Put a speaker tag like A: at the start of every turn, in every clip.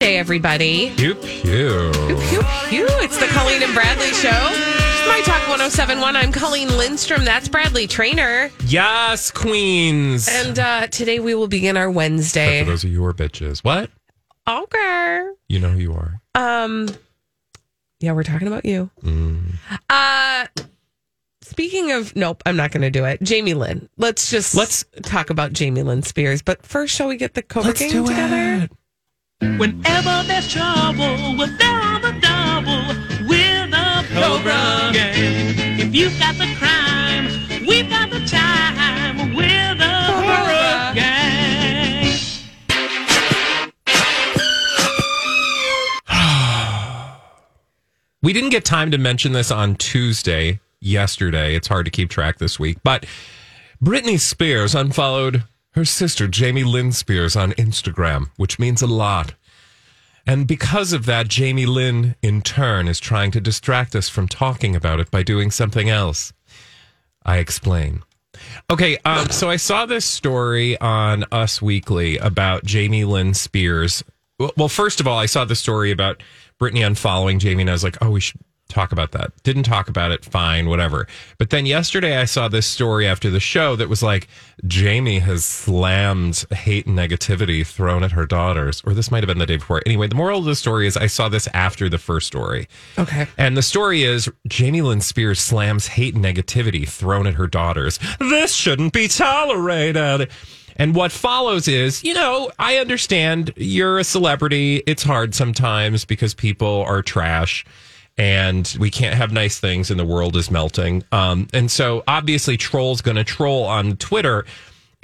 A: Hey, everybody.
B: Pew pew.
A: Pew, pew. It's the Colleen and Bradley show. My Talk 1071. I'm Colleen Lindstrom. That's Bradley Trainer.
B: Yes, queens.
A: And uh, today we will begin our Wednesday.
B: Except for those of you who are bitches. What?
A: Okay.
B: You know who you are.
A: Um, yeah, we're talking about you.
B: Mm.
A: Uh, speaking of, nope, I'm not going to do it. Jamie Lynn. Let's just
B: Let's-
A: talk about Jamie Lynn Spears. But first, shall we get the Cobra Gang together?
B: it.
C: Whenever there's trouble, we're there on the double. We're the Cobra Gang. If you've got the crime, we've got the time. We're the
A: Uh,
C: Cobra Gang.
B: We didn't get time to mention this on Tuesday, yesterday. It's hard to keep track this week. But Britney Spears unfollowed her sister, Jamie Lynn Spears, on Instagram, which means a lot. And because of that, Jamie Lynn, in turn, is trying to distract us from talking about it by doing something else. I explain. Okay, um, so I saw this story on Us Weekly about Jamie Lynn Spears. Well, well, first of all, I saw the story about Brittany unfollowing Jamie, and I was like, oh, we should talk about that. Didn't talk about it, fine, whatever. But then yesterday, I saw this story after the show that was like, Jamie has slammed hate and negativity thrown at her daughters, or this might have been the day before. Anyway, the moral of the story is I saw this after the first story.
A: Okay.
B: And the story is Jamie Lynn Spears slams hate and negativity thrown at her daughters. This shouldn't be tolerated. And what follows is, you know, I understand you're a celebrity. It's hard sometimes because people are trash and we can't have nice things and the world is melting. Um, and so obviously trolls going to troll on Twitter.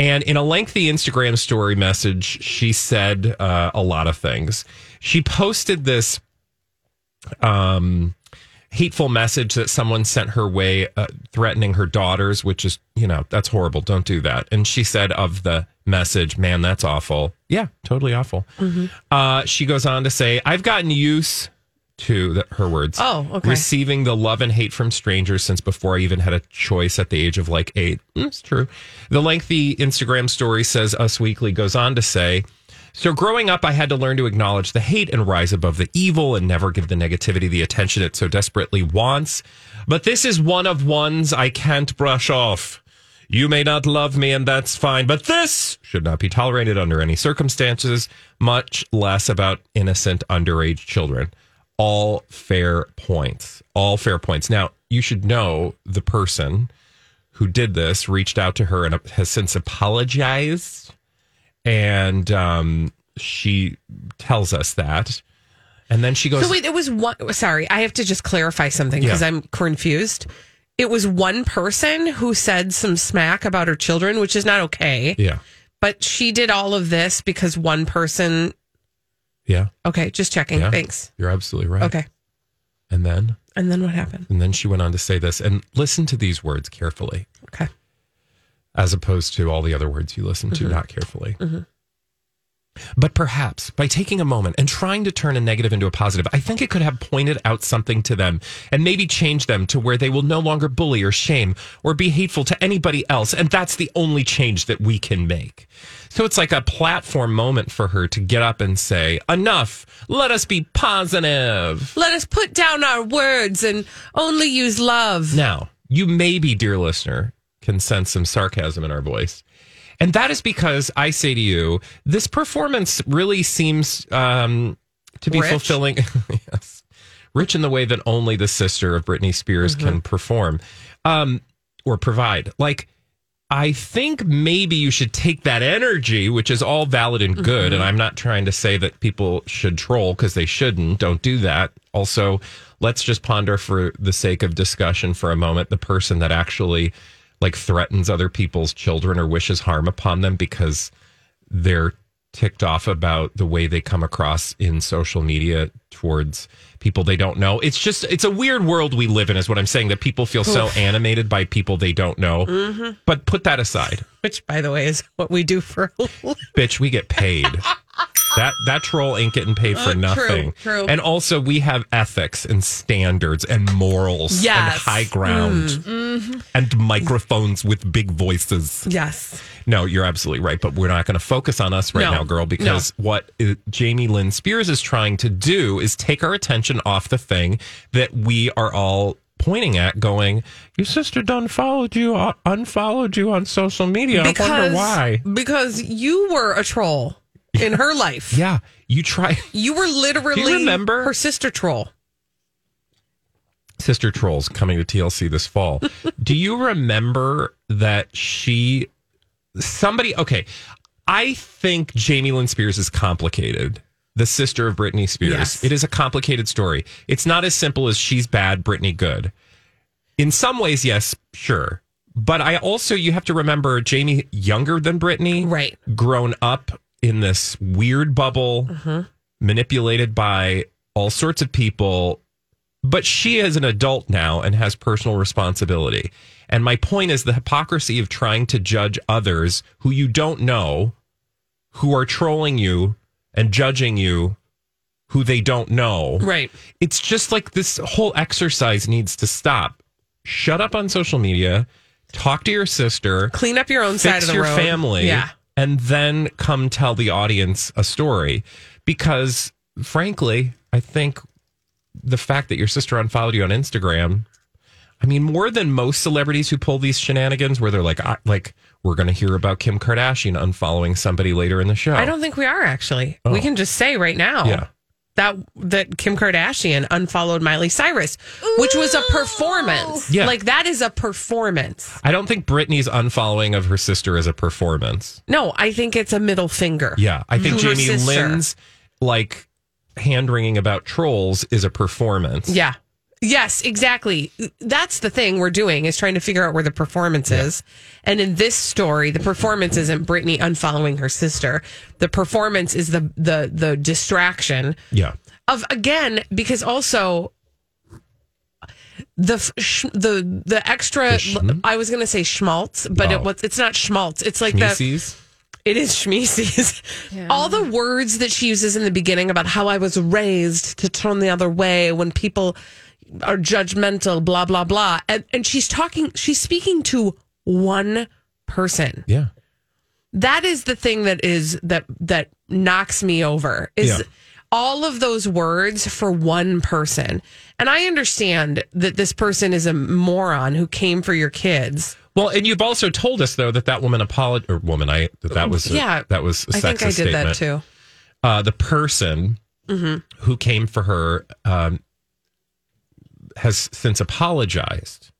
B: And in a lengthy Instagram story message, she said uh, a lot of things. She posted this um, hateful message that someone sent her way uh, threatening her daughters, which is, you know, that's horrible. Don't do that. And she said of the message, man, that's awful. Yeah, totally awful.
A: Mm-hmm.
B: Uh, she goes on to say, I've gotten used to the, her words.
A: Oh, okay.
B: Receiving the love and hate from strangers since before I even had a choice at the age of like eight. Mm, It's true. The lengthy Instagram story says Us Weekly goes on to say, so growing up, I had to learn to acknowledge the hate and rise above the evil and never give the negativity the attention it so desperately wants. But this is one of ones I can't brush off. You may not love me and that's fine, but this should not be tolerated under any circumstances, much less about innocent underage children. All fair points. All fair points. Now, you should know the person who did this reached out to her and has since apologized and um, she tells us that, and then she goes,
A: So wait, it was one. Sorry, I have to just clarify something because
B: Yeah.
A: I'm confused. It was one person who said some smack about her children, which is not okay.
B: "Yeah,
A: But she did all of this because one person.
B: yeah,
A: Okay, just checking.
B: yeah,
A: Thanks.
B: You're absolutely right."
A: Okay,
B: and then
A: and then what happened?
B: and then she went on to say this, and listen to these words carefully,
A: Okay.
B: as opposed to all the other words you listen to not carefully. But perhaps by taking a moment and trying to turn a negative into a positive, I think it could have pointed out something to them and maybe change them to where they will no longer bully or shame or be hateful to anybody else. And that's the only change that we can make. So it's like a platform moment for her to get up and say, enough, let us be positive.
A: Let us put down our words and only use love.
B: Now, you maybe, dear listener, can sense some sarcasm in our voice. And that is because I say to you, this performance really seems um, to be
A: Rich?
B: fulfilling. yes. rich in the way that only the sister of Britney Spears can perform um, or provide. Like, I think maybe you should take that energy, which is all valid and good. And I'm not trying to say that people should troll because they shouldn't. Don't do that. Also, let's just ponder for the sake of discussion for a moment the person that actually like threatens other people's children or wishes harm upon them because they're ticked off about the way they come across in social media towards people they don't know. It's just it's a weird world we live in is what I'm saying that people feel so animated by people they don't know. But put that aside.
A: Which, by the way, is what we do for a living.
B: Bitch, we get paid. that that troll ain't getting paid for
A: Uh, true,
B: nothing.
A: true.
B: And also we have ethics and standards and morals and
A: Yes. Mm. Mm-hmm.
B: high ground and microphones with big voices.
A: Yes.
B: No, you're absolutely right, but we're not going to focus on us right
A: No.
B: now, girl, because what uh, Jamie Lynn Spears is trying to do is take our attention off the thing that we are all pointing at going your sister done followed you uh, unfollowed you on social media i wonder why
A: Because you were a troll in her life.
B: yeah you try
A: You were literally
B: remember?
A: her sister troll.
B: sister trolls coming to tlc this fall do you remember that she somebody okay i think jamie lynn spears is complicated the sister of britney spears
A: Yes.
B: it is a complicated story it's not as simple as she's bad britney good in some ways yes sure but i also you have to remember jamie younger than britney
A: Right.
B: grown up in this weird bubble manipulated by all sorts of people but she is an adult now and has personal responsibility. And my point is the hypocrisy of trying to judge others who you don't know, who are trolling you and judging you, who they don't know.
A: Right.
B: It's just like this whole exercise needs to stop. Shut up on social media, talk to your sister,
A: Clean up your own side
B: fix
A: of the
B: your
A: road.
B: family,
A: Yeah.
B: and then come tell the audience a story. Because frankly, I think the fact that your sister unfollowed you on Instagram, I mean, more than most celebrities who pull these shenanigans, where they're like, I, like we're going to hear about Kim Kardashian unfollowing somebody later in the show.
A: I don't think we are actually. We can just say right now
B: Oh. Yeah.
A: that that Kim Kardashian unfollowed Miley Cyrus, which was a performance.
B: Yeah.
A: Like that is a performance.
B: I don't think Britney's unfollowing of her sister is a performance.
A: No, I think it's a middle finger.
B: Yeah, I think
A: To her
B: Jamie
A: sister.
B: Lynn's like hand wringing about trolls is a performance.
A: Yeah. Yes, exactly. That's the thing we're doing is trying to figure out where the performance is. And in this story, the performance isn't Brittany unfollowing her sister. The performance is the the the distraction
B: yeah.
A: of again because also the f- sh- the the extra
B: The schm?
A: I was going to say schmaltz, but
B: Oh.
A: it was it's not schmaltz. It's like the
B: Nieces?
A: it is schmeezies. All the words that she uses in the beginning about how I was raised to turn the other way when people are judgmental, blah, blah, blah. And, and she's talking, she's speaking to one person.
B: yeah.
A: That is the thing that is, that, that knocks me over is
B: Yeah.
A: all of those words for one person. And I understand that this person is a moron who came for your kids.
B: Well, and you've also told us though that that woman apologized. Or woman, I that that was a,
A: Yeah.
B: that was a
A: I
B: sexist
A: think I did
B: statement.
A: that too. Mm-hmm.
B: Uh, the person who came for her um, has since apologized.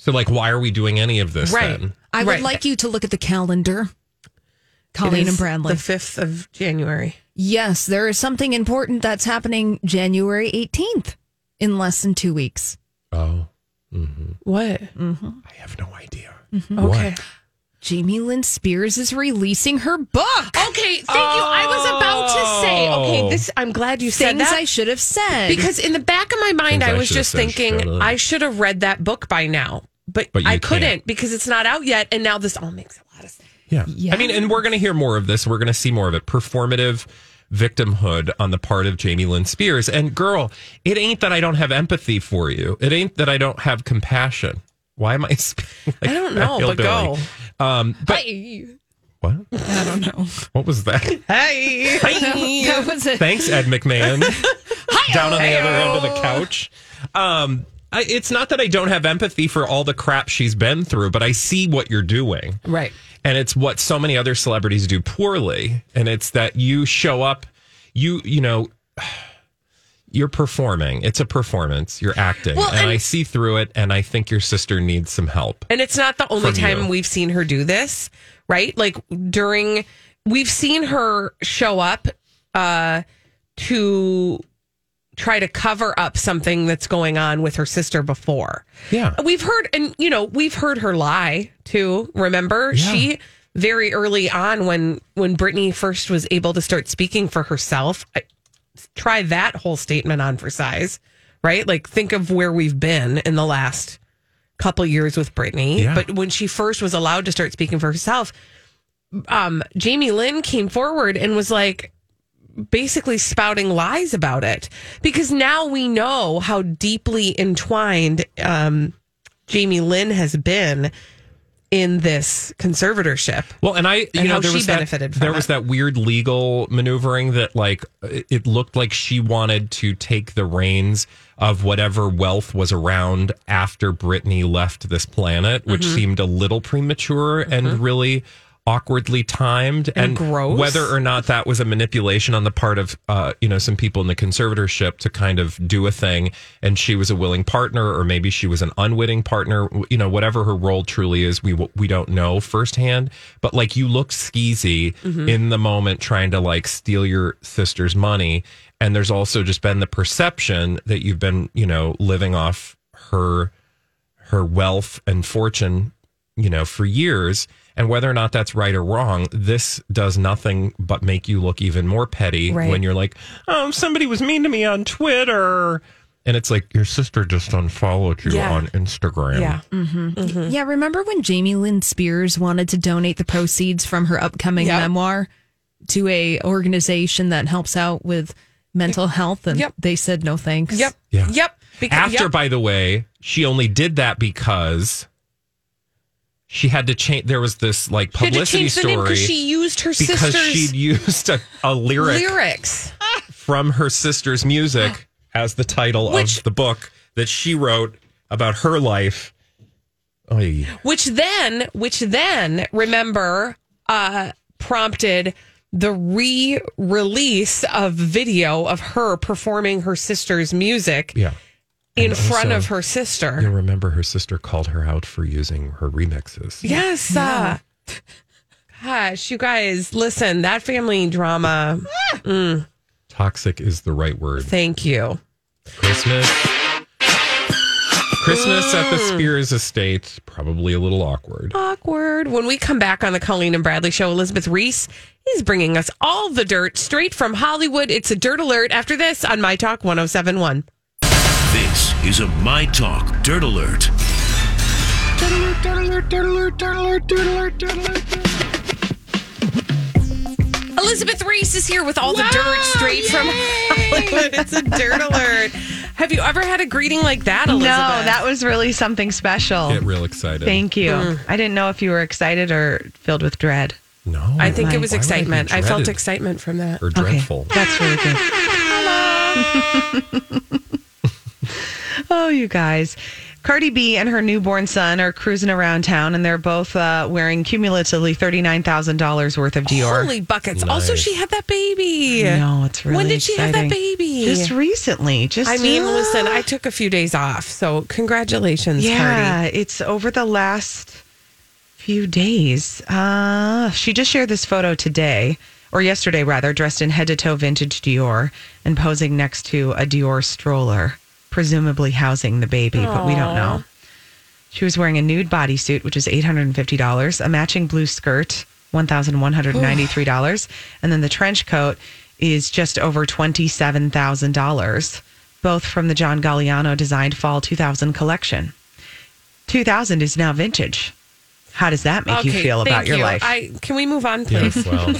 B: So, like, why are we doing any of this
A: Mm-hmm. Right.
B: then?
D: I would
A: Right.
D: like you to look at the calendar,
A: It
D: Colleen
A: is
D: and Bradley.
A: The 5th of January.
D: yes, there is something important that's happening January 18th in less than two weeks.
B: Oh,
A: What?
B: I have no idea.
A: Okay.
D: Jamie Lynn Spears is releasing her book.
A: Okay, thank you. I was about to say, okay, this I'm glad you said
D: Things
A: that
D: I should have said.
A: because in the back of my mind
B: Things
A: I
B: I
A: was
B: should've
A: just
B: said, should've
A: thinking
B: done.
A: I should have read that book by now. But,
B: But you
A: I couldn't
B: can't.
A: because it's not out yet and now this all makes a lot of sense.
B: Yeah.
D: Yeah.
B: I mean, and we're going to hear more of this. We're going to see more of it. Performative victimhood on the part of Jamie Lynn Spears. And girl, it ain't that I don't have empathy for you. It ain't that I don't have compassion. Why am I? speaking like
A: I don't
B: that
A: know, Oh, but
B: hillbilly? Um, but what?
D: I don't know.
B: What was that?
A: Hey.
D: that was it.
B: Thanks, Ed McMahon. Down on the other end of the couch. Um, I, it's not that I don't have empathy for all the crap she's been through, but I see what you're doing.
A: Right.
B: and it's what so many other celebrities do poorly and it's that you show up you you know you're performing. It's a performance. You're acting.
A: Well,
B: and,
A: and-
B: I see through it and I think your sister needs some help.
A: And it's not the only
B: From
A: time
B: you.
A: we've seen her do this, right? Like during we've seen her show up uh to try to cover up something that's going on with her sister before.
B: Yeah.
A: We've heard and you know, we've heard her lie too. Remember?
B: Yeah.
A: She very early on when when Brittany first was able to start speaking for herself, I, try that whole statement on for size, right? Like think of where we've been in the last couple years with Britney.
B: Yeah.
A: But when she first was allowed to start speaking for herself, um, Jamie Lynn came forward and was like basically spouting lies about it because now we know how deeply entwined um, Jamie Lynn has been in this conservatorship.
B: Well, and I, you
A: And
B: know,
A: how
B: there
A: she
B: was that,
A: benefited from
B: there was
A: it.
B: that weird legal maneuvering that, like, it it looked like she wanted to take the reins of whatever wealth was around after Brittany left this planet, which
A: Mm-hmm.
B: seemed a little premature and really awkwardly timed and,
A: gross.
B: Whether or not that was a manipulation on the part of, uh, you know, some people in the conservatorship to kind of do a thing, and she was a willing partner, or maybe she was an unwitting partner. w- You know, whatever her role truly is, we w- we don't know firsthand. But like, you look skeezy in the moment, trying to like steal your sister's money, and there's also just been the perception that you've been, you know, living off her her wealth and fortune, you know, for years. And whether or not that's right or wrong, this does nothing but make you look even more petty
A: Right.
B: when you're like, oh, somebody was mean to me on Twitter. And it's like, your sister just unfollowed you
A: Yeah.
B: on Instagram.
A: Yeah.
E: Yeah, remember when Jamie Lynn Spears wanted to donate the proceeds from her upcoming
A: Yep.
E: memoir to a organization that helps out with mental health and
A: Yep.
E: they said no thanks.
A: Yep.
B: Yeah.
A: Yep. Beca-
B: After,
A: yep.
B: by the way, she only did that because she had to change. There was this like
A: She had to
B: publicity
A: change the name
B: story
A: because she used her
B: because
A: sister's
B: she'd used a, a lyric
A: lyrics.
B: from her sister's music as the title
A: Ah. Which-
B: of the book that she wrote about her life. Oy.
A: which then which then remember uh prompted the re-release of video of her performing her sister's music
B: Yeah.
A: in
B: And
A: front
B: also-
A: of her sister
B: You'll remember her sister called her out for using her remixes.
A: yes uh, gosh you guys listen that family drama
B: Toxic is the right word.
A: thank you
B: Christmas. Christmas at
A: Mm.
B: the Spears estate, probably a little awkward.
A: awkward when we come back on the colleen and bradley show elizabeth reese is bringing us all the dirt straight from hollywood it's a dirt alert after this on my talk 1071
F: This is a My Talk Dirt Alert.
A: Elizabeth Reese is here with all the dirt straight from Hollywood. It's a dirt alert. Have you ever had a greeting like that, Elizabeth?
D: No, that was really something special.
B: Get real excited.
D: Thank you.
A: Hmm.
D: I didn't know if you were excited or filled with dread.
B: no.
A: I think it was
B: Why would I be
A: excitement. I, felt
B: dreaded
A: excitement from that.
B: Or dreadful.
D: That's really good. oh, you guys. Cardi B and her newborn son are cruising around town, and they're both uh, wearing cumulatively $39,000 worth of Dior.
A: Holy buckets! Also, she had that baby.
D: no, it's really
A: when did she have that
D: exciting.
A: baby?
D: Just recently. Just
A: I mean,
D: uh,
A: listen, I took a few days off, so congratulations,
D: Yeah,
A: Cardi.
D: it's over the last few days. Uh, she just shared this photo today, or yesterday rather, dressed in head to toe vintage Dior and posing next to a Dior stroller, presumably housing the baby, but we don't know. She was wearing a nude bodysuit, which is $850, a matching blue skirt, $1,193, and then the trench coat is just over $27,000, both from the John Galliano designed Fall 2000 collection. 2000 is now vintage. How does that make
A: okay,
D: you feel
A: thank
D: about your
A: you.
D: life?
A: I can we move on, please?
B: Yes, well.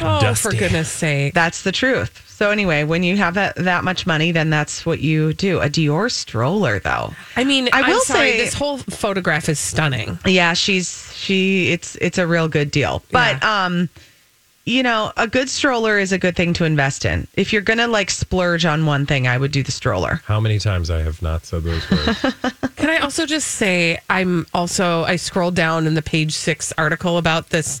A: Oh, for
B: Dusty.
A: goodness sake!
D: That's the truth. So anyway, when you have that, that much money, then that's what you do. A Dior stroller, though.
A: I mean,
D: I
A: I'm
D: will
A: sorry,
D: say-
A: this whole photograph is stunning.
D: Yeah, she's she. It's it's a real good deal. But um, you know, a good stroller is a good thing to invest in. If you're gonna like splurge on one thing, I would do the stroller.
B: How many times I have not said those words?
A: Can I also just say I'm also I scrolled down in the page six article about this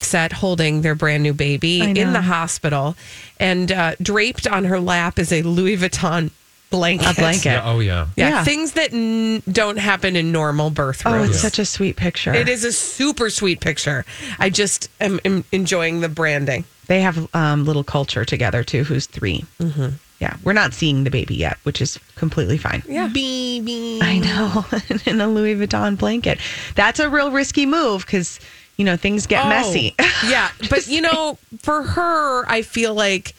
A: Set holding their brand new baby
D: I
A: in
D: know.
A: the hospital, and uh, draped on her lap is a Louis Vuitton blanket.
D: A blanket. Yeah,
B: oh, yeah.
A: Yeah,
D: Yeah.
A: things that n- don't happen in normal birth
D: Oh,
A: rooms.
D: it's such a sweet picture.
A: It is a super sweet picture. I just am, am enjoying the branding.
D: They have um, little culture together too, who's 3
A: Mhm.
D: Yeah, we're not seeing the baby yet, which is completely fine.
A: Yeah. Baby.
D: I know, in a Louis Vuitton blanket. That's a real risky move because you know things get
A: Oh,
D: messy.
A: yeah, but you know, for her, I feel like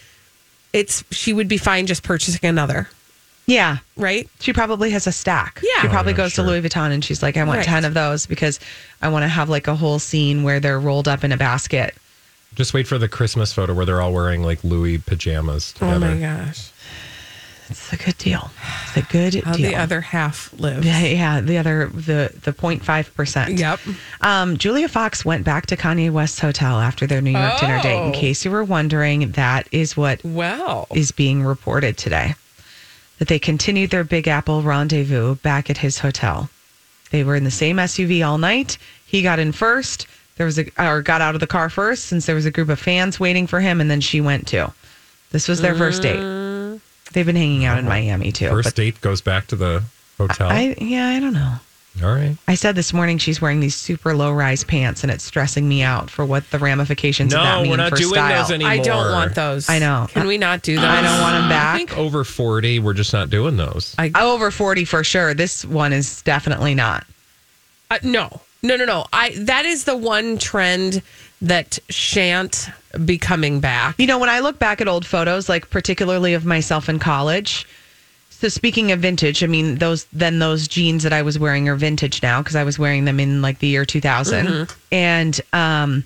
A: it's she would be fine just purchasing another.
D: Yeah,
A: right.
D: She probably has a stack.
A: Yeah.
D: she probably
A: Oh, yeah,
D: goes to Louis Vuitton and she's like, I want
A: Right.
D: ten of those because I want to have like a whole scene where they're rolled up in a basket.
B: Just wait for the Christmas photo where they're all wearing like Louis pajamas
A: Oh,
B: together.
A: gosh,
D: it's a good deal. It's a good
A: How
D: deal.
A: the other half lives.
D: Yeah, yeah, the other the the 0.5 percent.
A: Yep.
D: Um, Julia Fox went back to Kanye West's hotel after their New York dinner date.
A: Oh.
D: In case you were wondering, that is what
A: Wow.
D: is being reported today. That they continued their Big Apple rendezvous back at his hotel. They were in the same SUV all night. He got in first. There was a or got out of the car first since there was a group of fans waiting for him, and then she went too. This was their first date. They've been hanging out in Miami too.
B: Uh-huh. First
D: but
B: date goes back to the hotel.
D: I yeah, I don't know.
B: all right.
D: I said this morning she's wearing these super low rise pants, and it's stressing me out for what the ramifications of that
B: No,
D: mean
B: we're not
D: for
B: doing
D: style.
B: those anymore. I don't want
A: those.
D: I know.
A: Can we not do that?
D: I don't want them
B: I
D: back.
B: think over 40, we're just not doing those.
A: I,
D: over forty for sure. This one is definitely not.
A: Uh, no, no, no, no. I that is the one trend that shan't be coming back.
D: You know, when I look back at old photos, like particularly of myself in college. So speaking of vintage, I mean those then those jeans that I was wearing are vintage now because I was wearing them in like the year 2000.
A: Mhm.
D: And um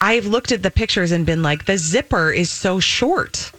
D: I've looked at the pictures and been like the zipper is so short.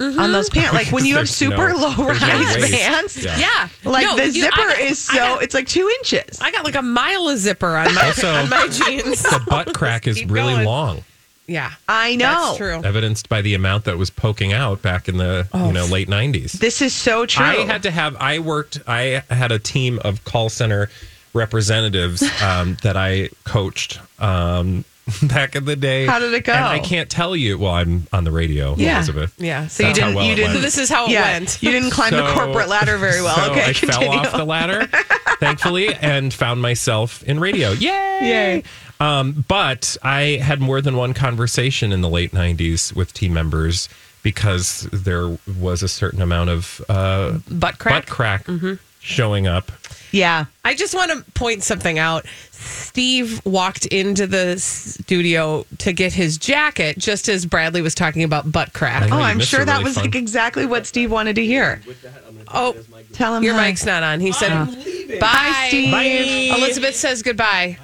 D: On those pants, like when you have
A: There's no-
D: super low rise
A: there's no waist.
D: pants,
A: Yeah. Yeah.
D: like
A: No,
D: the
A: you- I
D: zipper
A: got-
D: is so
A: I got-
D: it's like two inches.
A: I got like a mile of zipper on my
B: Also,
A: on my jeans.
B: the butt crack is
A: Keep
B: really
A: going.
B: long,
A: Yeah,
D: I know.
A: That's true.
B: evidenced by the amount that was poking out back in the you know late 90s.
D: This is so Oh, true.
B: I had to have. I worked. I had a team of call center representatives um, that I coached um, back in the day.
D: How did it go?
B: And I can't tell you. Well, I'm on the radio,
D: Yeah.
B: Elizabeth.
A: Yeah.
D: So you
B: That's how
D: didn't-
B: well
D: you
B: it
D: didn't-
B: went.
A: This is how it
D: Yeah.
A: went.
D: You didn't climb the
B: So-
D: corporate ladder very well.
B: so
D: okay,
B: I
D: continue.
B: fell off the ladder, thankfully, and found myself in radio. Yay!
D: Yay.
B: Um, but I had more than one conversation in the late '90s with team members because there was a certain amount of uh,
A: Butt crack?
B: butt crack
A: Mhm.
B: showing up.
D: Yeah.
A: I just want to point something out. Steve walked into the studio to get his jacket just as Bradley was talking about butt crack.
D: Oh, I'm sure that was like exactly what Steve wanted to hear.
A: Oh,
D: tell him
A: your
D: hi.
A: mic's not on. He said,
D: I'm
A: "Bye,
D: Bye, Steve. Bye.
A: Elizabeth says goodbye.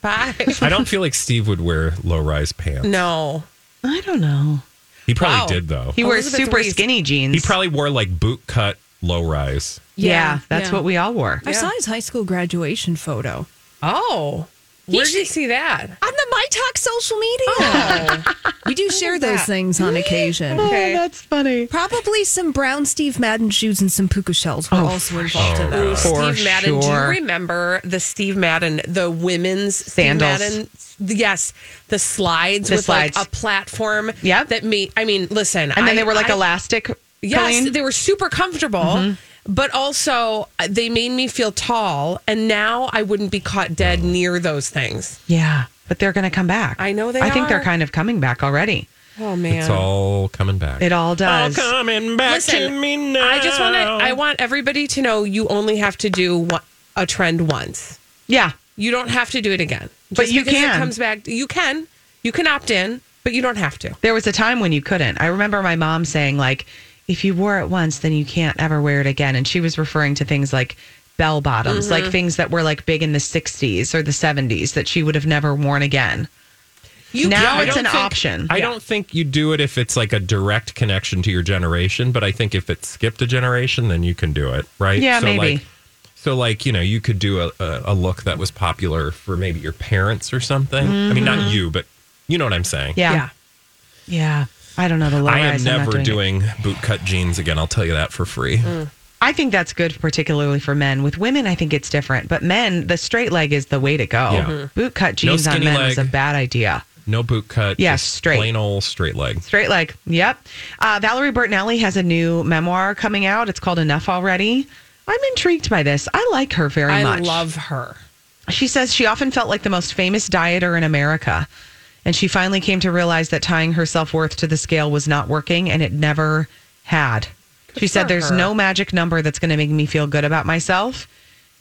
A: Bye, bye.
B: I don't feel like Steve would wear low-rise pants.
A: No,
D: I don't know.
B: He probably
A: Wow.
B: did though.
D: He wears
A: Elizabeth
D: super
A: Reese.
D: skinny jeans.
B: He probably wore like boot cut low-rise.
D: yeah,
E: Yeah,
D: that's
E: yeah.
D: what we all wore.
E: I saw his high school graduation photo.
A: Oh, where did you see that?
E: On the
D: I talk social media. we do share those things on occasion.
G: Okay. Oh, that's funny.
D: Probably some brown Steve Madden shoes and some puka shells
E: Oh,
D: were also involved in that.
A: Ooh, Steve Madden. Do
G: sure.
A: you remember the Steve Madden, the women's
G: Sandals.
A: Steve Madden? Yes, the slides
G: The
A: with
G: slides.
A: like a platform. Yeah, that me. I mean, listen.
G: And then
A: I-
G: they were like
A: I-
G: elastic.
A: Yes,
G: Colleen?
A: they were super comfortable,
G: Mm-hmm.
A: but also uh, they made me feel tall. And now I wouldn't be caught dead
G: Oh.
A: near those things.
G: Yeah, but they're going to come back.
A: I know they.
G: I think they're
A: are.
G: kind of coming back already.
A: Oh man,
B: It's all coming back.
G: It all does.
B: All coming back to
A: Listen,
B: me now.
A: I just want to. I want everybody to know you only have to do one, a trend once.
G: Yeah.
A: You don't have to do it again.
G: But
A: Just
G: you
A: because
G: can.
A: It comes back. You can. You can opt in, but you don't have to.
G: There was a time when you couldn't. I remember my mom saying, like, if you wore it once, then you can't ever wear it again. And she was referring to things like bell bottoms,
A: Mm-hmm.
G: like things that were like big in the 60s or the 70s that she would have never worn again.
A: You
G: now
A: can. I
G: it's an
A: don't think-
G: option.
B: I don't think you do it if it's like a direct connection to your generation, but I think if it skipped a generation, then you can do it, right?
G: Yeah, maybe.
B: Like, so, like, you know, you could do a, a, a look that was popular for maybe your parents or something. I mean, not you, but you know what I'm saying.
G: Mm-hmm. Yeah. Yeah. I don't know the low
B: I am
G: rise, I'm not
B: never
G: doing it. Mm.
B: doing, bootcut jeans again. I'll tell you that for free.
G: I think that's good, particularly for men. With women, I think it's different. But men, the straight leg is the way to go.
B: Yeah. Mhm.
A: Mm-hmm.
G: Boot cut jeans on
B: skinny
G: men is a
B: leg.
G: bad idea.
B: No bootcut.
G: Yeah,
B: just
G: straight.
B: Plain old straight leg.
G: Straight leg. Yep. Uh, Valerie Bertinelli has a new memoir coming out. It's called Enough Already. I'm intrigued by this. I like her very
A: I
G: much.
A: love her.
G: She says she often felt like the most famous dieter in America. And she finally came to realize that tying her self worth to the scale was not working and it never had. She said,
A: for
G: There's
A: her.
G: no magic number that's going to make me feel good about myself.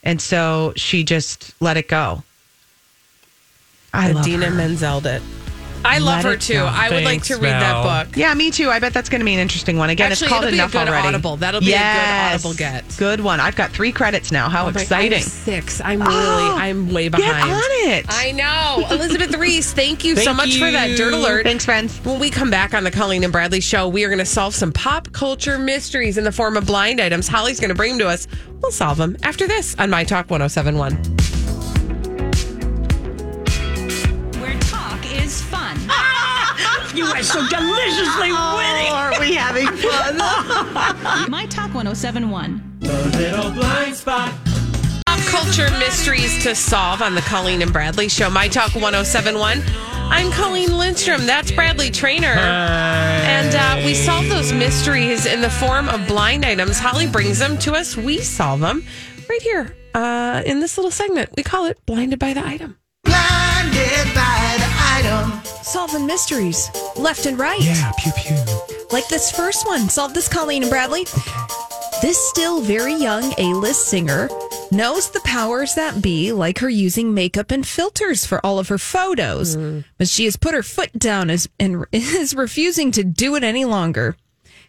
G: And so she just let it go. I love
A: Adina
G: her.
A: Menzel did. I love
G: Let
A: her
G: it
A: too.
G: go.
A: I would like to
B: Thanks,
A: read
B: Val.
A: that book.
G: Yeah, me too. I bet that's going to be an interesting one. Again,
A: Actually,
G: it's called
A: it'll be a
G: Enough
A: good
G: Already.
A: audible. That'll be a good audible get.
G: Good one. I've got three credits now. How
A: Oh my-
G: exciting.
A: I'm six. I'm
G: Oh,
A: really. I'm way
G: Get
A: behind.
G: on it.
A: I know. Elizabeth Reese, thank you so
B: Thank
A: much for that
B: you.
A: dirt alert.
G: Thanks, friends.
A: When we come back on the Colleen and Bradley show, we are going to solve some pop culture mysteries in the form of blind items. Holly's going to bring them to us. We'll solve them after this on My Talk 1071.
H: Where talk is fun. Oh, you are so deliciously witty.
G: Are we having fun?
H: My Talk 1071.
A: Pop culture mysteries to solve on the Colleen and Bradley show. My Talk 1071. I'm Colleen Lindstrom. That's Bradley Trainer. And uh, we solve those mysteries in the form of blind items. Holly brings them to us. We solve them right here uh, in this little segment. We call it Blinded by the Item.
D: Solving mysteries left and right.
B: pew pew.
D: Like this first one. Solve this, Colleen and Bradley. This still very young A list singer knows the powers that be, like her using makeup and filters for all of her photos. But she has put her foot down as, and is refusing to do it any longer.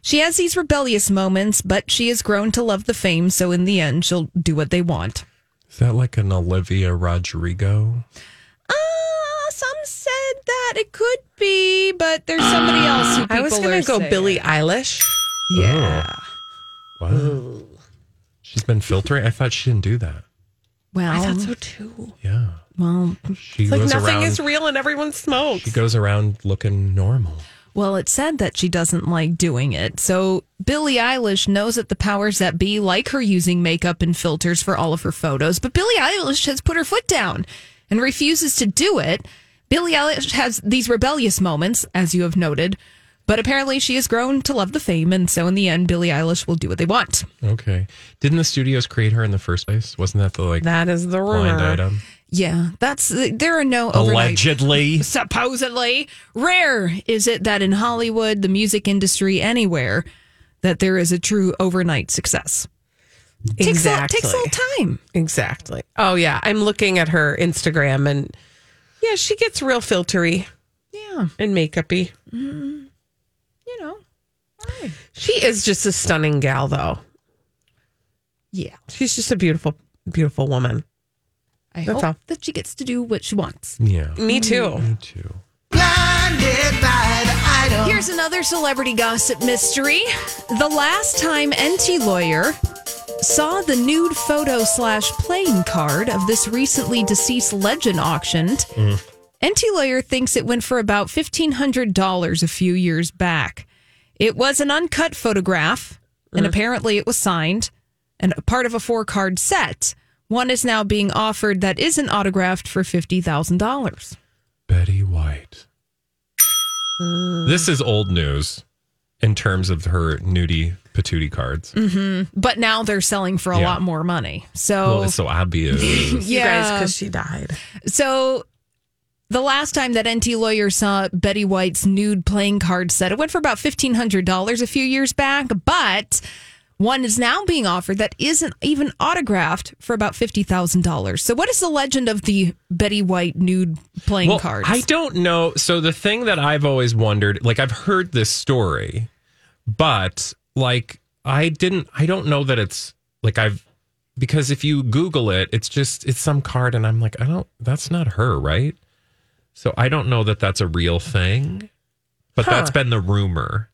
D: She has these rebellious moments, but she has grown to love the fame, so in the end, she'll do what they want.
B: Is that like an Olivia Rodrigo?
D: Uh, some said that it could be, but there's somebody else who people
A: I was
D: going
A: going to go Billie Eilish.
D: Yeah.
B: Wow. She's been filtering. I thought she didn't do that.
D: Well,
A: I thought so too.
B: Yeah.
D: well,
B: She
A: It's like
B: goes
A: nothing
B: around.
A: is real and everyone smokes.
B: she goes around looking normal.
D: well, it said that she doesn't like doing it. So Billie Eilish knows that the powers that be like her using makeup and filters for all of her photos, but Billie Eilish has put her foot down and refuses to do it. Billie Eilish has these rebellious moments, as you have noted, but apparently she has grown to love the fame, and so in the end, Billie Eilish will do what they want.
B: Okay. Didn't the studios create her in the first place? Wasn't that the like
A: That is the rumor.
B: blind item?
D: Yeah, that's there are no overnight
B: Allegedly.
D: supposedly rare is it that in hollywood the music industry anywhere that there is a true overnight success takes a, lot-
A: Exactly.
D: takes a little time
A: Exactly. Oh yeah, I'm looking at her Instagram and yeah, she gets real filtery
D: yeah Mm-hmm.
A: and makeupy.
D: you know
A: She is just a stunning gal though.
D: yeah
A: She's just a beautiful beautiful woman.
D: i
A: That's
D: hope
A: all.
D: that she gets to do what she wants
B: Yeah.
A: Me too.
B: Me too.
D: here's another celebrity gossip mystery the last time nt lawyer saw the nude
B: Mm-hmm.
D: photo slash playing card of this recently deceased legend auctioned NT Lawyer thinks it went for about $1,500 a few years back. It was an uncut photograph,
B: Uh-huh.
D: and apparently it was signed and a part of a four card set. One is now being offered that isn't autographed for $50,000.
B: Betty White. This is old news in terms of her nudie patootie cards.
D: hmm But now they're selling for a
B: Yeah.
D: lot more money. So
B: Well, it's
A: Oh.
B: so obvious.
A: You guys,
D: Yeah.
A: 'cause she died.
D: So the last time that NT lawyer saw Betty White's nude playing card set, it went for about fifteen hundred dollars a few years back, but one is now being offered that isn't even autographed for about fifty thousand dollars. So what is the legend of the Betty White nude playing
B: Well,
D: cards?
B: I don't know. So the thing that I've always wondered, like I've heard this story, but like I didn't I don't know that it's like I've because if you Google it, it's just it's some card and I'm like, I don't that's not her, right? So I don't know that that's a real thing. But
A: Huh.
B: that's been the rumor.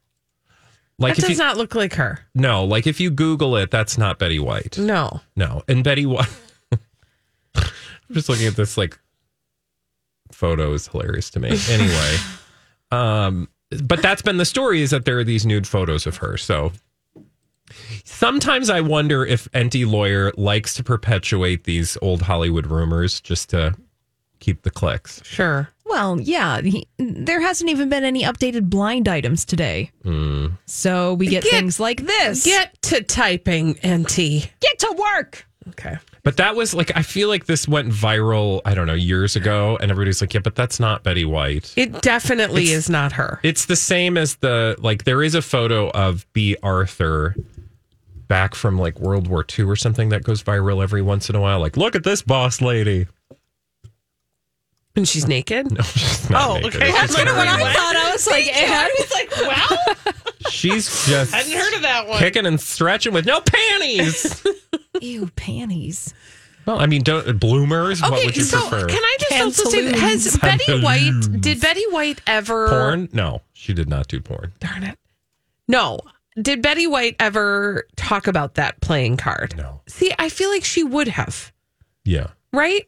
B: Like
A: that
B: if
A: does
B: you,
A: not look like her.
B: No, like if you Google it, that's not Betty White.
A: No.
B: No. And Betty White. I'm just looking at this like photo is hilarious to me. Anyway. um, but that's been the story is that there are these nude photos of her. So sometimes I wonder if NT Lawyer likes to perpetuate these old Hollywood rumors just to keep the clicks.
A: Sure.
D: Well, yeah, he, there hasn't even been any updated blind items today,
B: Mm.
D: so we get,
A: Get-
D: things like this.
A: Get to typing, NT.
D: Get to work.
A: Okay.
B: But that was like, I feel like this went viral, I don't know, years ago. And everybody's like, yeah, but that's not Betty White.
A: It definitely
B: It's-
A: is not her.
B: It's the same as the like. There is a photo of B. Arthur back from like World War II or something that goes viral every once in a while. Like, look at this boss lady.
A: And she's naked?
B: No, she's not
A: Oh,
B: naked.
A: okay.
B: It's
A: That's
B: just
A: kind of what
B: her-
A: I thought.
D: I was like,
A: I was like, wow.
B: She's just
A: I hadn't heard of that one.
B: kicking and stretching with no panties.
D: Ew, panties.
B: well, I mean, don't bloomers. what would you
A: so
B: prefer?
A: can I just also say, that- has
B: Pantaloons.
A: Betty White, did Betty White ever.
B: porn? No, she did not do porn.
A: Darn it. No. Did Betty White ever talk about that playing card?
B: No.
A: See, I feel like she would have,
B: Yeah.
A: right?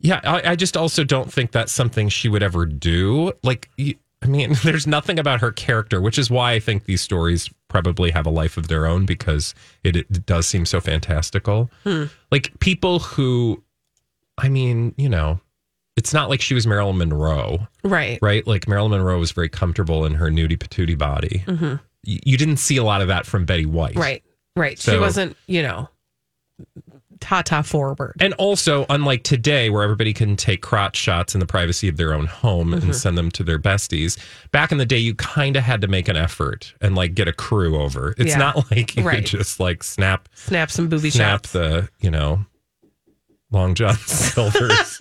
B: Yeah, I, I just also don't think that's something she would ever do. Like, you, I mean, there's nothing about her character, which is why I think these stories probably have a life of their own because it, it does seem so fantastical.
A: Hmm.
B: Like, people who, I mean, you know, it's not like she was Marilyn Monroe,
A: Right.
B: right? Like, Marilyn Monroe was very comfortable in her nudie patootie body.
A: Mm-hmm.
B: Y- You didn't see a lot of that from Betty White.
A: Right. Right. she
B: So-
A: wasn't, you know, tata forward.
B: And also, unlike today, where everybody can take crotch shots in the privacy of their own home
A: Mhm.
B: and send them to their besties, back in the day, you kind of had to make an effort and like get a crew over. It's
A: Yeah.
B: not like you
A: Right.
B: could just like snap,
A: Snap some booby
B: snap
A: shots.
B: the, you know, Long John Silver's.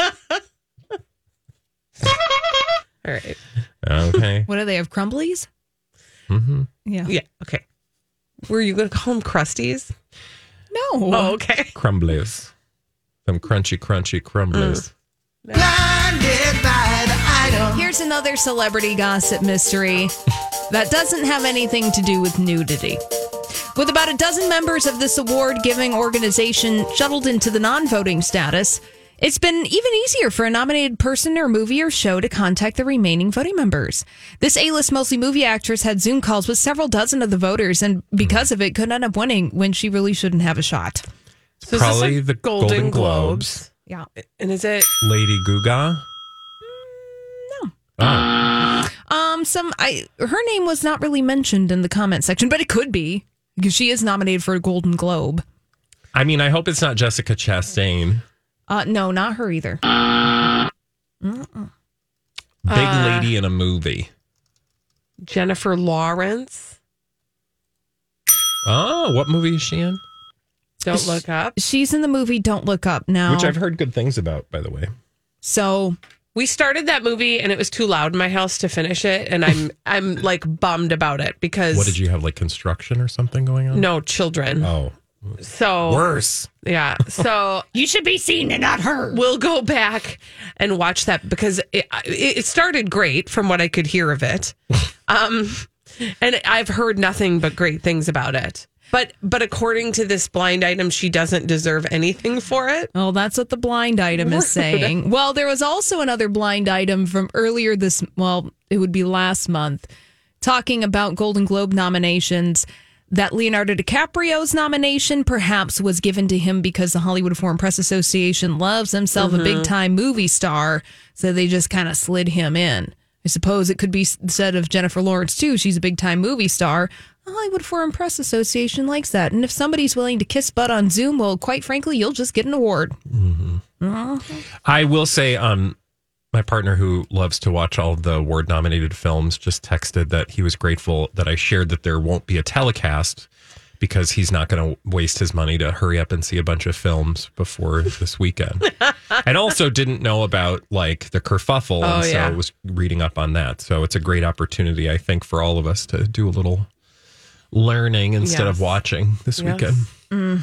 A: All right.
B: okay.
D: What do they have? Crumblies?
B: hmm
D: Yeah.
A: Yeah. Okay. Were you going to call them crusties?
D: No.
A: Oh, okay.
B: Crumblies. Some crunchy, crunchy
A: Mm.
B: crumblies.
D: Here's another celebrity gossip mystery that doesn't have anything to do with nudity. With about a dozen members of this award giving organization shuttled into the non voting status, it's been even easier for a nominated person or movie or show to contact the remaining voting members. This A list, mostly movie actress, had Zoom calls with several dozen of the voters, and because of it, could end up winning when she really shouldn't have a shot.
A: So is this
B: Probably
A: like
B: the Golden, Globes.
D: Yeah.
A: And is it?
B: Lady Gaga. No.
D: Um, some I her name was not really mentioned in the comment section, but it could be because she is nominated for a Golden Globe.
B: I mean, I hope it's not Jessica Chastain.
D: Uh, no, not her either.
B: Big
A: Uh,
B: lady in a movie.
A: Jennifer Lawrence?
B: Oh, what movie is she in?
A: Don't look up.
D: She's in the movie Don't Look Up now.
B: Which I've heard good things about, by the way.
D: so
A: We started that movie and it was too loud in my house to finish it, and I'm I'm like bummed about it because
B: What did you have, like construction or something going on?
A: No children.
B: Oh,
A: So
B: worse.
A: Yeah. So you should be seen and not heard. We'll go back and watch that because it, it it started great from what I could hear of it. Um, and I've heard nothing but great things about it. But but according to this blind item, she doesn't deserve anything for it.
D: Well, that's what the blind item is saying. Well, there was also another blind item from earlier this well, it would be last month, talking about Golden Globe nominations that Leonardo DiCaprio's nomination perhaps was given to him because the Hollywood Foreign Press Association loves himself a
I: Mhm.
D: big time movie star, so they just kind of slid him in. I suppose it could be s- said of Jennifer Lawrence too. She's a big time movie star. The Hollywood Foreign Press Association likes that. And if somebody's willing to kiss butt on Zoom, well, quite frankly, you'll just get an award. Mhm.
B: I will say, um, my partner who loves to watch all the award nominated films just texted that he was grateful that I shared that there won't be a telecast because he's not going to waste his money to hurry up and see a bunch of films before this weekend. and also didn't know about like the kerfuffle.
A: Oh,
B: and so
A: yeah.
B: was reading up on that. So it's a great opportunity, I think, for all of us to do a little learning instead
A: Yes.
B: of watching this
A: Yes.
B: weekend.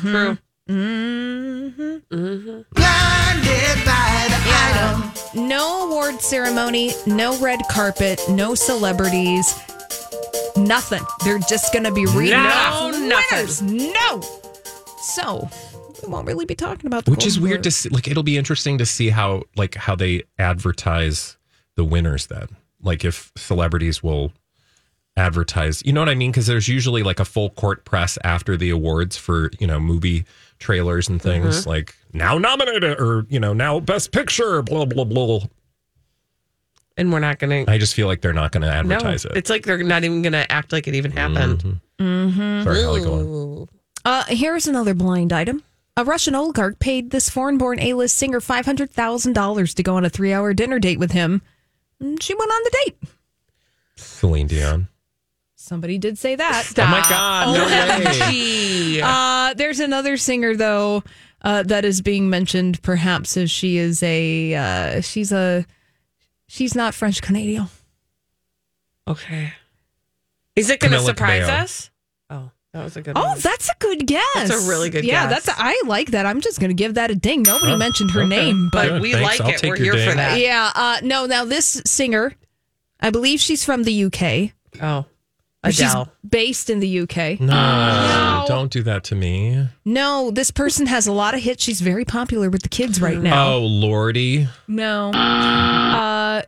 A: True.
D: Yeah. No award ceremony, no red carpet, no celebrities, nothing. They're just going to be reading
A: No,
D: off
A: nothing.
D: winners. No. So we won't really be talking about the
B: which is
D: Golden
B: weird to see like it'll be interesting to see how like how they advertise the winners then like if celebrities will advertise you know what i mean because there's usually like a full court press after the awards for you know movie trailers and things
A: Mhm.
B: like now nominated or you know now best picture blah blah blah
A: and we're not gonna
B: i just feel like they're not gonna
A: No,
B: advertise it
A: it's like they're not even gonna act like it even happened.
D: Mm-hmm.
B: sorry Holly, go on.
D: Uh, here's another blind item. A Russian oligarch paid this foreign born A list singer $500,000 to go on a three hour dinner date with him. And She went on the date.
B: celine dion
D: Somebody did say that.
B: Oh my God, no
A: OMG. way.
D: Uh, there's another singer, though, uh, that is being mentioned perhaps as she is a, uh, she's a, she's not French Canadian.
A: Okay. Is it gonna
D: Camila
A: surprise
D: Cabello.
A: us? Oh, that was a good.
D: Oh,
A: one.
D: that's a good guess.
A: That's a really good
D: yeah,
A: guess.
D: that's. A, I like that. I'm just going to give that a ding. Nobody
A: Oh,
D: mentioned her
A: okay.
D: name, but
A: But we Good, thanks. like I'll it. take We're your here for ding. that.
D: Yeah. Uh, no. Now this singer, I believe she's from the UK.
A: Oh,
D: Or She's
A: Adele.
D: based in the UK.
B: no, don't do that to me
D: No, this person has a lot of hits. She's very popular with the kids right now.
B: oh lordy
D: No. Uh,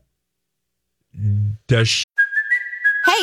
B: does she-
J: Hey,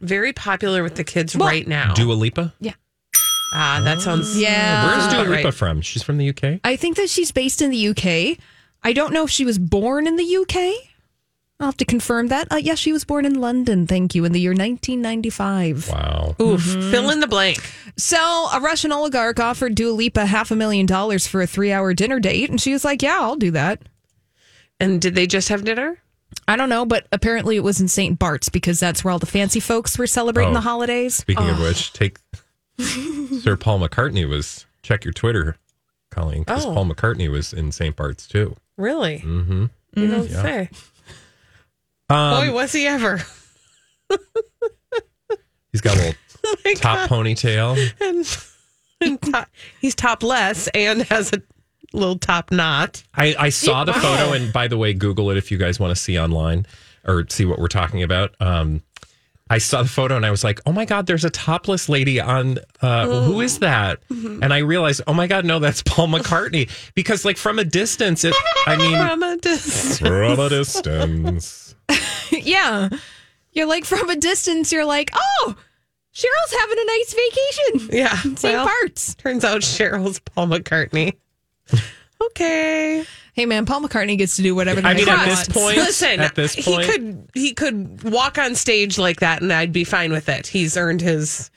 A: very popular with the kids
B: Well-
A: right now.
B: Dua Lipa?
A: Ah, that sounds.
D: Yeah.
B: Where's Dua
A: Ah,
D: Uh,
B: Lipa
D: right.
B: from? She's from the UK.
D: I think that she's based in the UK. I don't know if she was born in the UK. I'll have to confirm that. Uh, yeah, she was born in London. Thank you, in the year 1995.
B: Wow.
A: Oof. Fill in the blank.
D: So, a Russian oligarch offered Dua Lipa half a million dollars for a three-hour dinner date, and she was like, "Yeah, I'll do that."
A: And did they just have dinner?
D: I don't know, but apparently it was in St. Bart's because that's where all the fancy folks were celebrating
B: Oh.
D: the holidays.
B: Speaking of
D: Oh.
B: which, take Sir Paul McCartney was check your Twitter, Colleen, because
A: Oh.
B: Paul McCartney was in St. Bart's too.
A: Really?
B: Mm-hmm.
A: You don't
B: Yeah.
A: say.
B: Um,
A: Boy, was he ever.
B: he's got a little
A: Oh my
B: top
A: God.
B: ponytail.
A: And, and to- he's topless and has a little top knot.
B: I, I saw the
A: Wow.
B: photo, and by the way, Google it if you guys want to see online or see what we're talking about. Um, I saw the photo and I was like, "Oh my god, there's a topless lady on. Uh, Who is that?"
A: Mhm.
B: And I realized, "Oh my god, no, that's Paul McCartney." Because like from a distance, it. I mean,
A: From a distance.
B: from a distance.
D: yeah. You're like from a distance, you're like, oh, Cheryl's having a nice vacation.
A: Yeah.
D: St.
A: well,
D: Bart's.
A: Turns out Cheryl's Paul McCartney. Okay.
D: Hey man, Paul McCartney gets to do whatever the
B: I mean,
D: heck
B: at
D: he
B: this
D: wants.
B: point-
A: Listen,
B: At this point-
A: he could he could walk on stage like that, and I'd be fine with it. He's earned his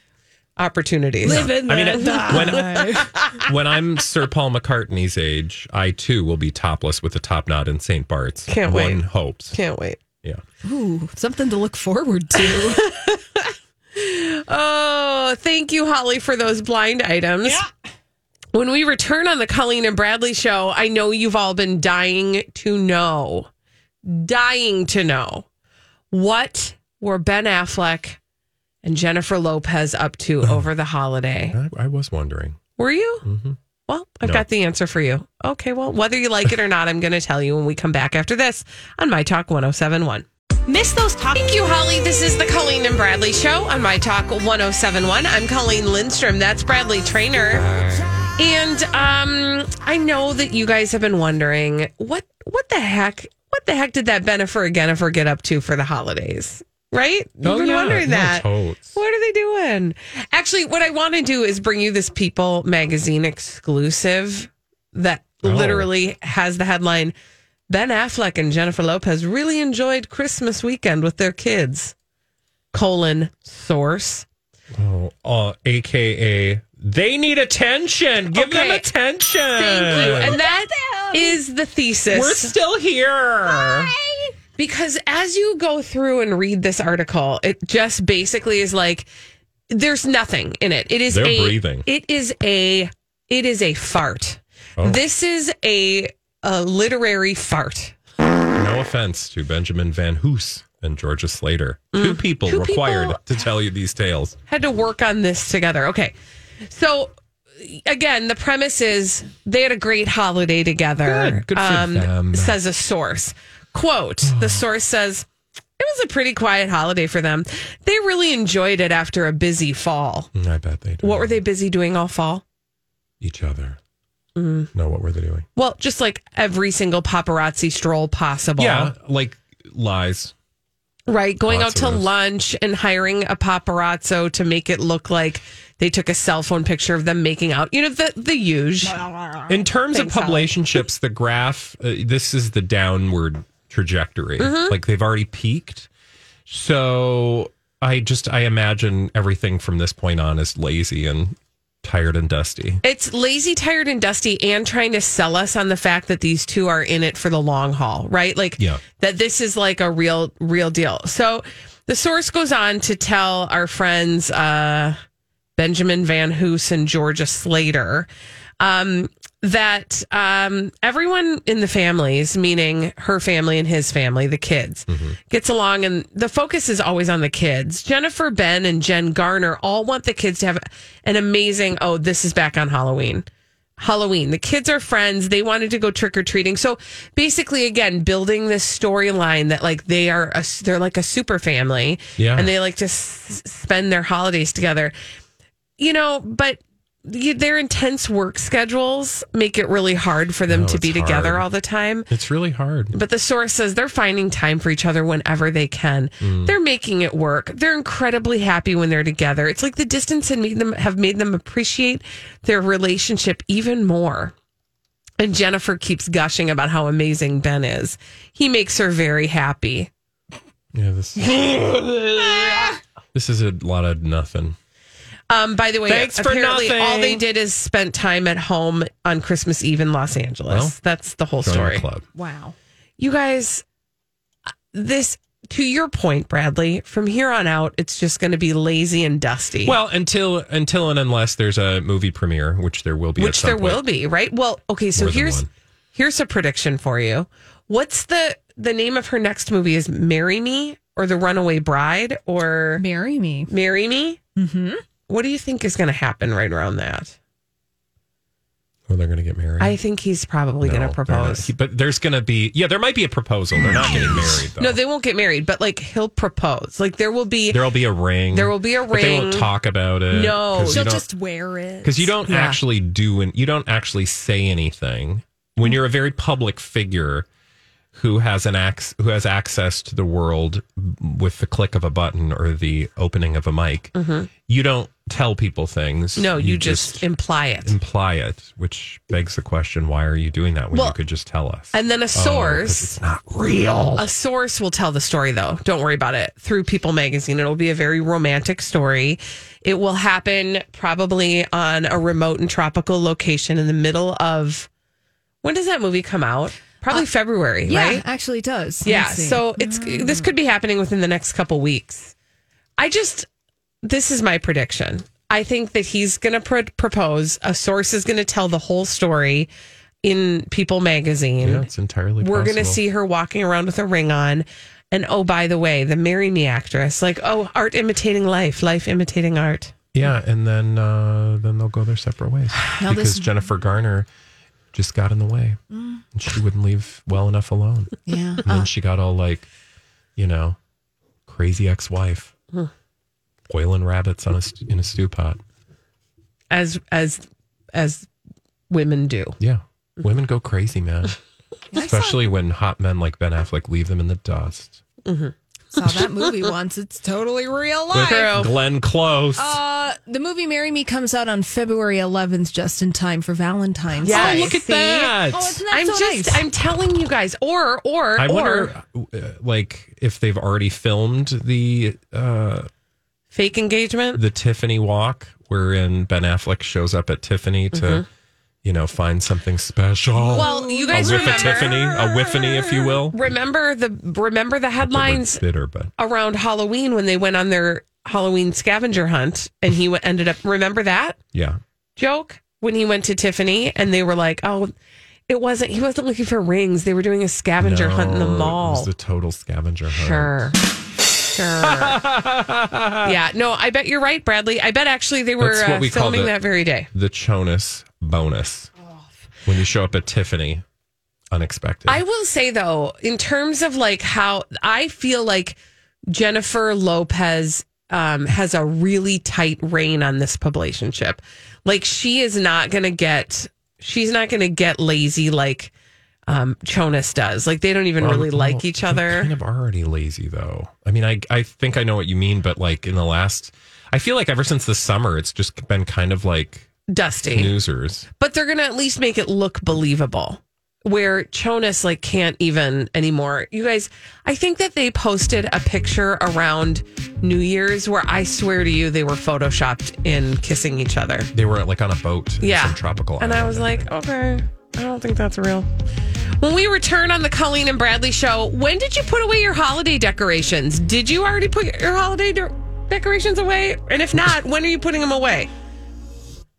A: opportunities.
B: I mean, when, when I'm Sir Paul McCartney's age, I too will be topless with a top knot in St. Bart's.
A: Can't
B: One
A: wait.
B: hopes.
A: Can't wait.
B: Yeah.
D: Ooh, something to look forward to. Oh, thank you, Holly, for those blind items. Yeah. When we return on the Colleen and Bradley show, I know you've all been dying to know, dying to know what were Ben Affleck and Jennifer Lopez up to over the holiday.
B: I, I was wondering.
D: Were you? Well, I've
B: Mm-hmm. No.
D: got the answer for you. Okay, well, whether you like it or not, I'm going to tell you when we come back after this on My Talk 1071. Miss those talk. Thank you, Holly. This is the Colleen and Bradley show on My Talk 1071. I'm Colleen Lindstrom. That's Bradley Trainer. And um, I know that you guys have been wondering what what the heck what the heck did that Benifer Jennifer get up to for the holidays? Right? You've
B: Oh,
D: been
B: yeah.
D: wondering
B: No,
D: that.
B: totes.
D: What are they doing? Actually, what I want to do is bring you this People magazine exclusive that
B: Oh.
D: literally has the headline Ben Affleck and Jennifer Lopez really enjoyed Christmas weekend with their kids. Colon source.
B: Oh, uh, AKA, they need attention. Give them
D: Okay.
B: attention.
D: Thank you. And that is the thesis.
B: We're still here.
D: Because as you go through and read this article, it just basically is like there's nothing in it. It is
B: They're
D: a,
B: breathing.
D: It is a it is a fart.
B: Oh.
D: This is a a literary fart.
B: No offense to Benjamin Van Hoos and Georgia Slater. Two people
D: Mm. Two
B: required
D: people-
B: to tell you these tales.
D: had to work on this together. Okay. So again, the premise is they had a great holiday together. Um,
B: Good. Good for them.
D: says a source. Quote, the source says it was a pretty quiet holiday for them. They really enjoyed it after a busy fall.
B: Mm, I bet they
D: What were they busy doing all fall?
B: each other. No, what were they doing?
D: Mm. Well, just like every single paparazzi stroll possible.
B: Yeah, like lies.
D: Right, going
B: Lots
D: out
B: of
D: to
B: those.
D: lunch and hiring a paparazzo to make it look like they took a cell phone picture of them making out. You know the the huge.
B: In terms
D: Thanks,
B: of
D: Holly.
B: publicationships, the graph, uh, this is the downward trajectory.
D: Mhm.
B: Like they've already peaked. So I just, I imagine everything from this point on is lazy and tired and dusty.
D: It's lazy, tired, and dusty, and trying to sell us on the fact that these two are in it for the long haul, right? Like
B: Yeah.
D: that this is like a real, real deal. So the source goes on to tell our friends uh, Benjamin Van Hoos and Georgia Slater um, that um, everyone in the families, meaning her family and his family, the kids,
B: Mm-hmm.
D: gets along, and the focus is always on the kids. Jennifer, Ben, and Jen Garner all want the kids to have an amazing. Oh, this is back on Halloween. Halloween. The kids are friends. They wanted to go trick or treating. So basically, again, building this storyline that like they are, a, they're like a super family,
K: Yeah.
D: and they like to s- spend their holidays together you know, but you, their intense work schedules make it really hard for them
B: No,
D: to be
B: it's
D: together
B: hard.
D: all the time.
B: It's really hard.
D: But the source says they're finding time for each other whenever they can. They're making it work. They're incredibly happy when they're together. It's like the distance and made them have made them appreciate their relationship even more. And Jennifer keeps gushing about how amazing Ben is. He makes her very happy.
B: Yeah, this, this is a lot of nothing.
D: Um, by the way,
B: Thanks for
D: apparently
B: nothing.
D: all they did is spent time at home on Christmas Eve in Los Angeles.
B: Well,
D: That's the whole
B: join our
D: story.
B: club.
D: Wow. You guys, this to your point, Bradley, from here on out, it's just going to be lazy and dusty.
B: Well, until until and unless there's a movie premiere, which there will be, at
D: which
B: some
D: there
B: point.
D: will be, right? Well, okay, so
B: More than
D: here's
B: one.
D: here's a prediction for you. What's the the name of her next movie is Marry Me or The Runaway Bride or
A: Marry Me.
D: Marry Me?
A: Mm-hmm.
D: What do you think is going to happen right around that?
B: Well, Oh, they're going to get married.
D: I think he's probably
B: No,
D: going
B: they're
D: to propose.
B: not. But there's going to be yeah, there might be a proposal. They're not getting married though.
D: No, they won't get married, but like he'll propose. Like there will be
B: There'll be a ring.
D: There will be a
B: But they won't
D: ring.
B: talk about it.
D: no.
A: Oh, wear it.
B: because you don't
D: Yeah.
B: actually do and you don't actually say anything when you're a very public figure who has an ac- who has access to the world with the click of a button or the opening of a mic.
D: Mhm.
B: You don't tell people things.
D: No, you, just, imply it.
B: imply it, which begs the question: Why are you doing that when
D: Well,
B: you could just tell us?
D: And then a
B: Oh, 'cause
D: source.
B: it's not real.
D: A source will tell the story though. Don't worry about it. Through People magazine, it'll be a very romantic story. It will happen probably on a remote and tropical location in the middle of when does that movie come out? Probably February,
A: Uh, Yeah,
D: right?
A: actually does. Let me
D: Yeah,
A: see.
D: so it's this could be happening within the next couple weeks. I just
A: this is my prediction. I think that he's going to pr- propose. A source is going to tell the whole story in People magazine.
B: Yeah, it's entirely
A: We're going to
B: possible.
A: see her walking around with a ring on. And oh, by the way, the Marry Me actress, like, oh, art imitating life, life imitating art.
B: Yeah, and then uh, then they'll go their separate ways
A: Now
B: because
A: this-
B: Jennifer Garner just got in the way,
D: Mm.
B: and she wouldn't leave well enough alone.
D: Yeah.
B: and then
D: Uh.
B: she got all like, you know, crazy ex-wife
A: Hmm.
B: boiling rabbits on a st- in a stew pot.
A: as as as women do.
B: Yeah, women go crazy, man. Especially when hot men like Ben Affleck leave them in the dust.
D: Mm-hmm. Saw that movie once. It's totally real
B: With
D: life.
B: Glenn Close.
A: Oh.
D: Uh, the movie Marry Me comes out on February 11th, just in time for Valentine's
A: Yes.
D: Day.
A: Oh, look at that.
D: Oh, isn't that
A: I'm
D: so
A: just
D: nice?
A: I'm telling you guys. Or or
B: I
A: or
B: wonder, uh, like, if they've already filmed the uh,
A: fake engagement.
B: the Tiffany walk, wherein Ben Affleck shows up at Tiffany to,
A: Mhm.
B: you know, find something special.
A: Well, you guys
B: a whiff
A: remember-
B: a Tiffany, a whiffany, if you will.
A: Remember the remember the headlines
B: Bitter, but
A: around Halloween when they went on their Halloween scavenger hunt and he went, ended up remember that
B: yeah,
A: joke when he went to Tiffany and they were like, "Oh, it wasn't he wasn't looking for rings. They were doing a scavenger hunt in the
B: No, It
A: mall."
B: was the total scavenger hunt.
A: Sure. Sure. yeah. No, I bet you're right, Bradley. I bet actually they were
B: That's what
A: uh,
B: we call
A: filming
B: the-
A: that very day.
B: The Jonas bonus when you show up at Tiffany, unexpected.
A: I will say though, in terms of like how I feel like Jennifer Lopez um, has a really tight rein on this relationship. Like she is not going to get, she's not going to get lazy like um, Jonas does. Like they don't even
B: Well,
A: really
B: no,
A: like each
B: they
A: other.
B: Kind of already lazy though. I mean, I I think I know what you mean, but like in the last, I feel like ever since the summer, it's just been kind of like
A: Dusty.
B: snoozers.
A: but they're gonna at least make it look believable where Jonas like can't even anymore. You guys, I think that they posted a picture around New Year's where I swear to you they were photoshopped in kissing each other.
B: They were like on a boat, in
A: Yeah.
B: some tropical,
A: And I
B: island.
A: was like, okay, I don't think that's real. When we return on the Colleen and Bradley show, when did you put away your holiday decorations? Did you already put your holiday de- decorations away? And if not, when are you putting them away?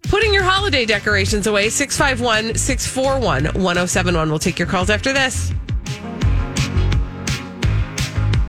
A: Putting your oh holiday decorations away, 651 641 1071. We'll take your calls after this.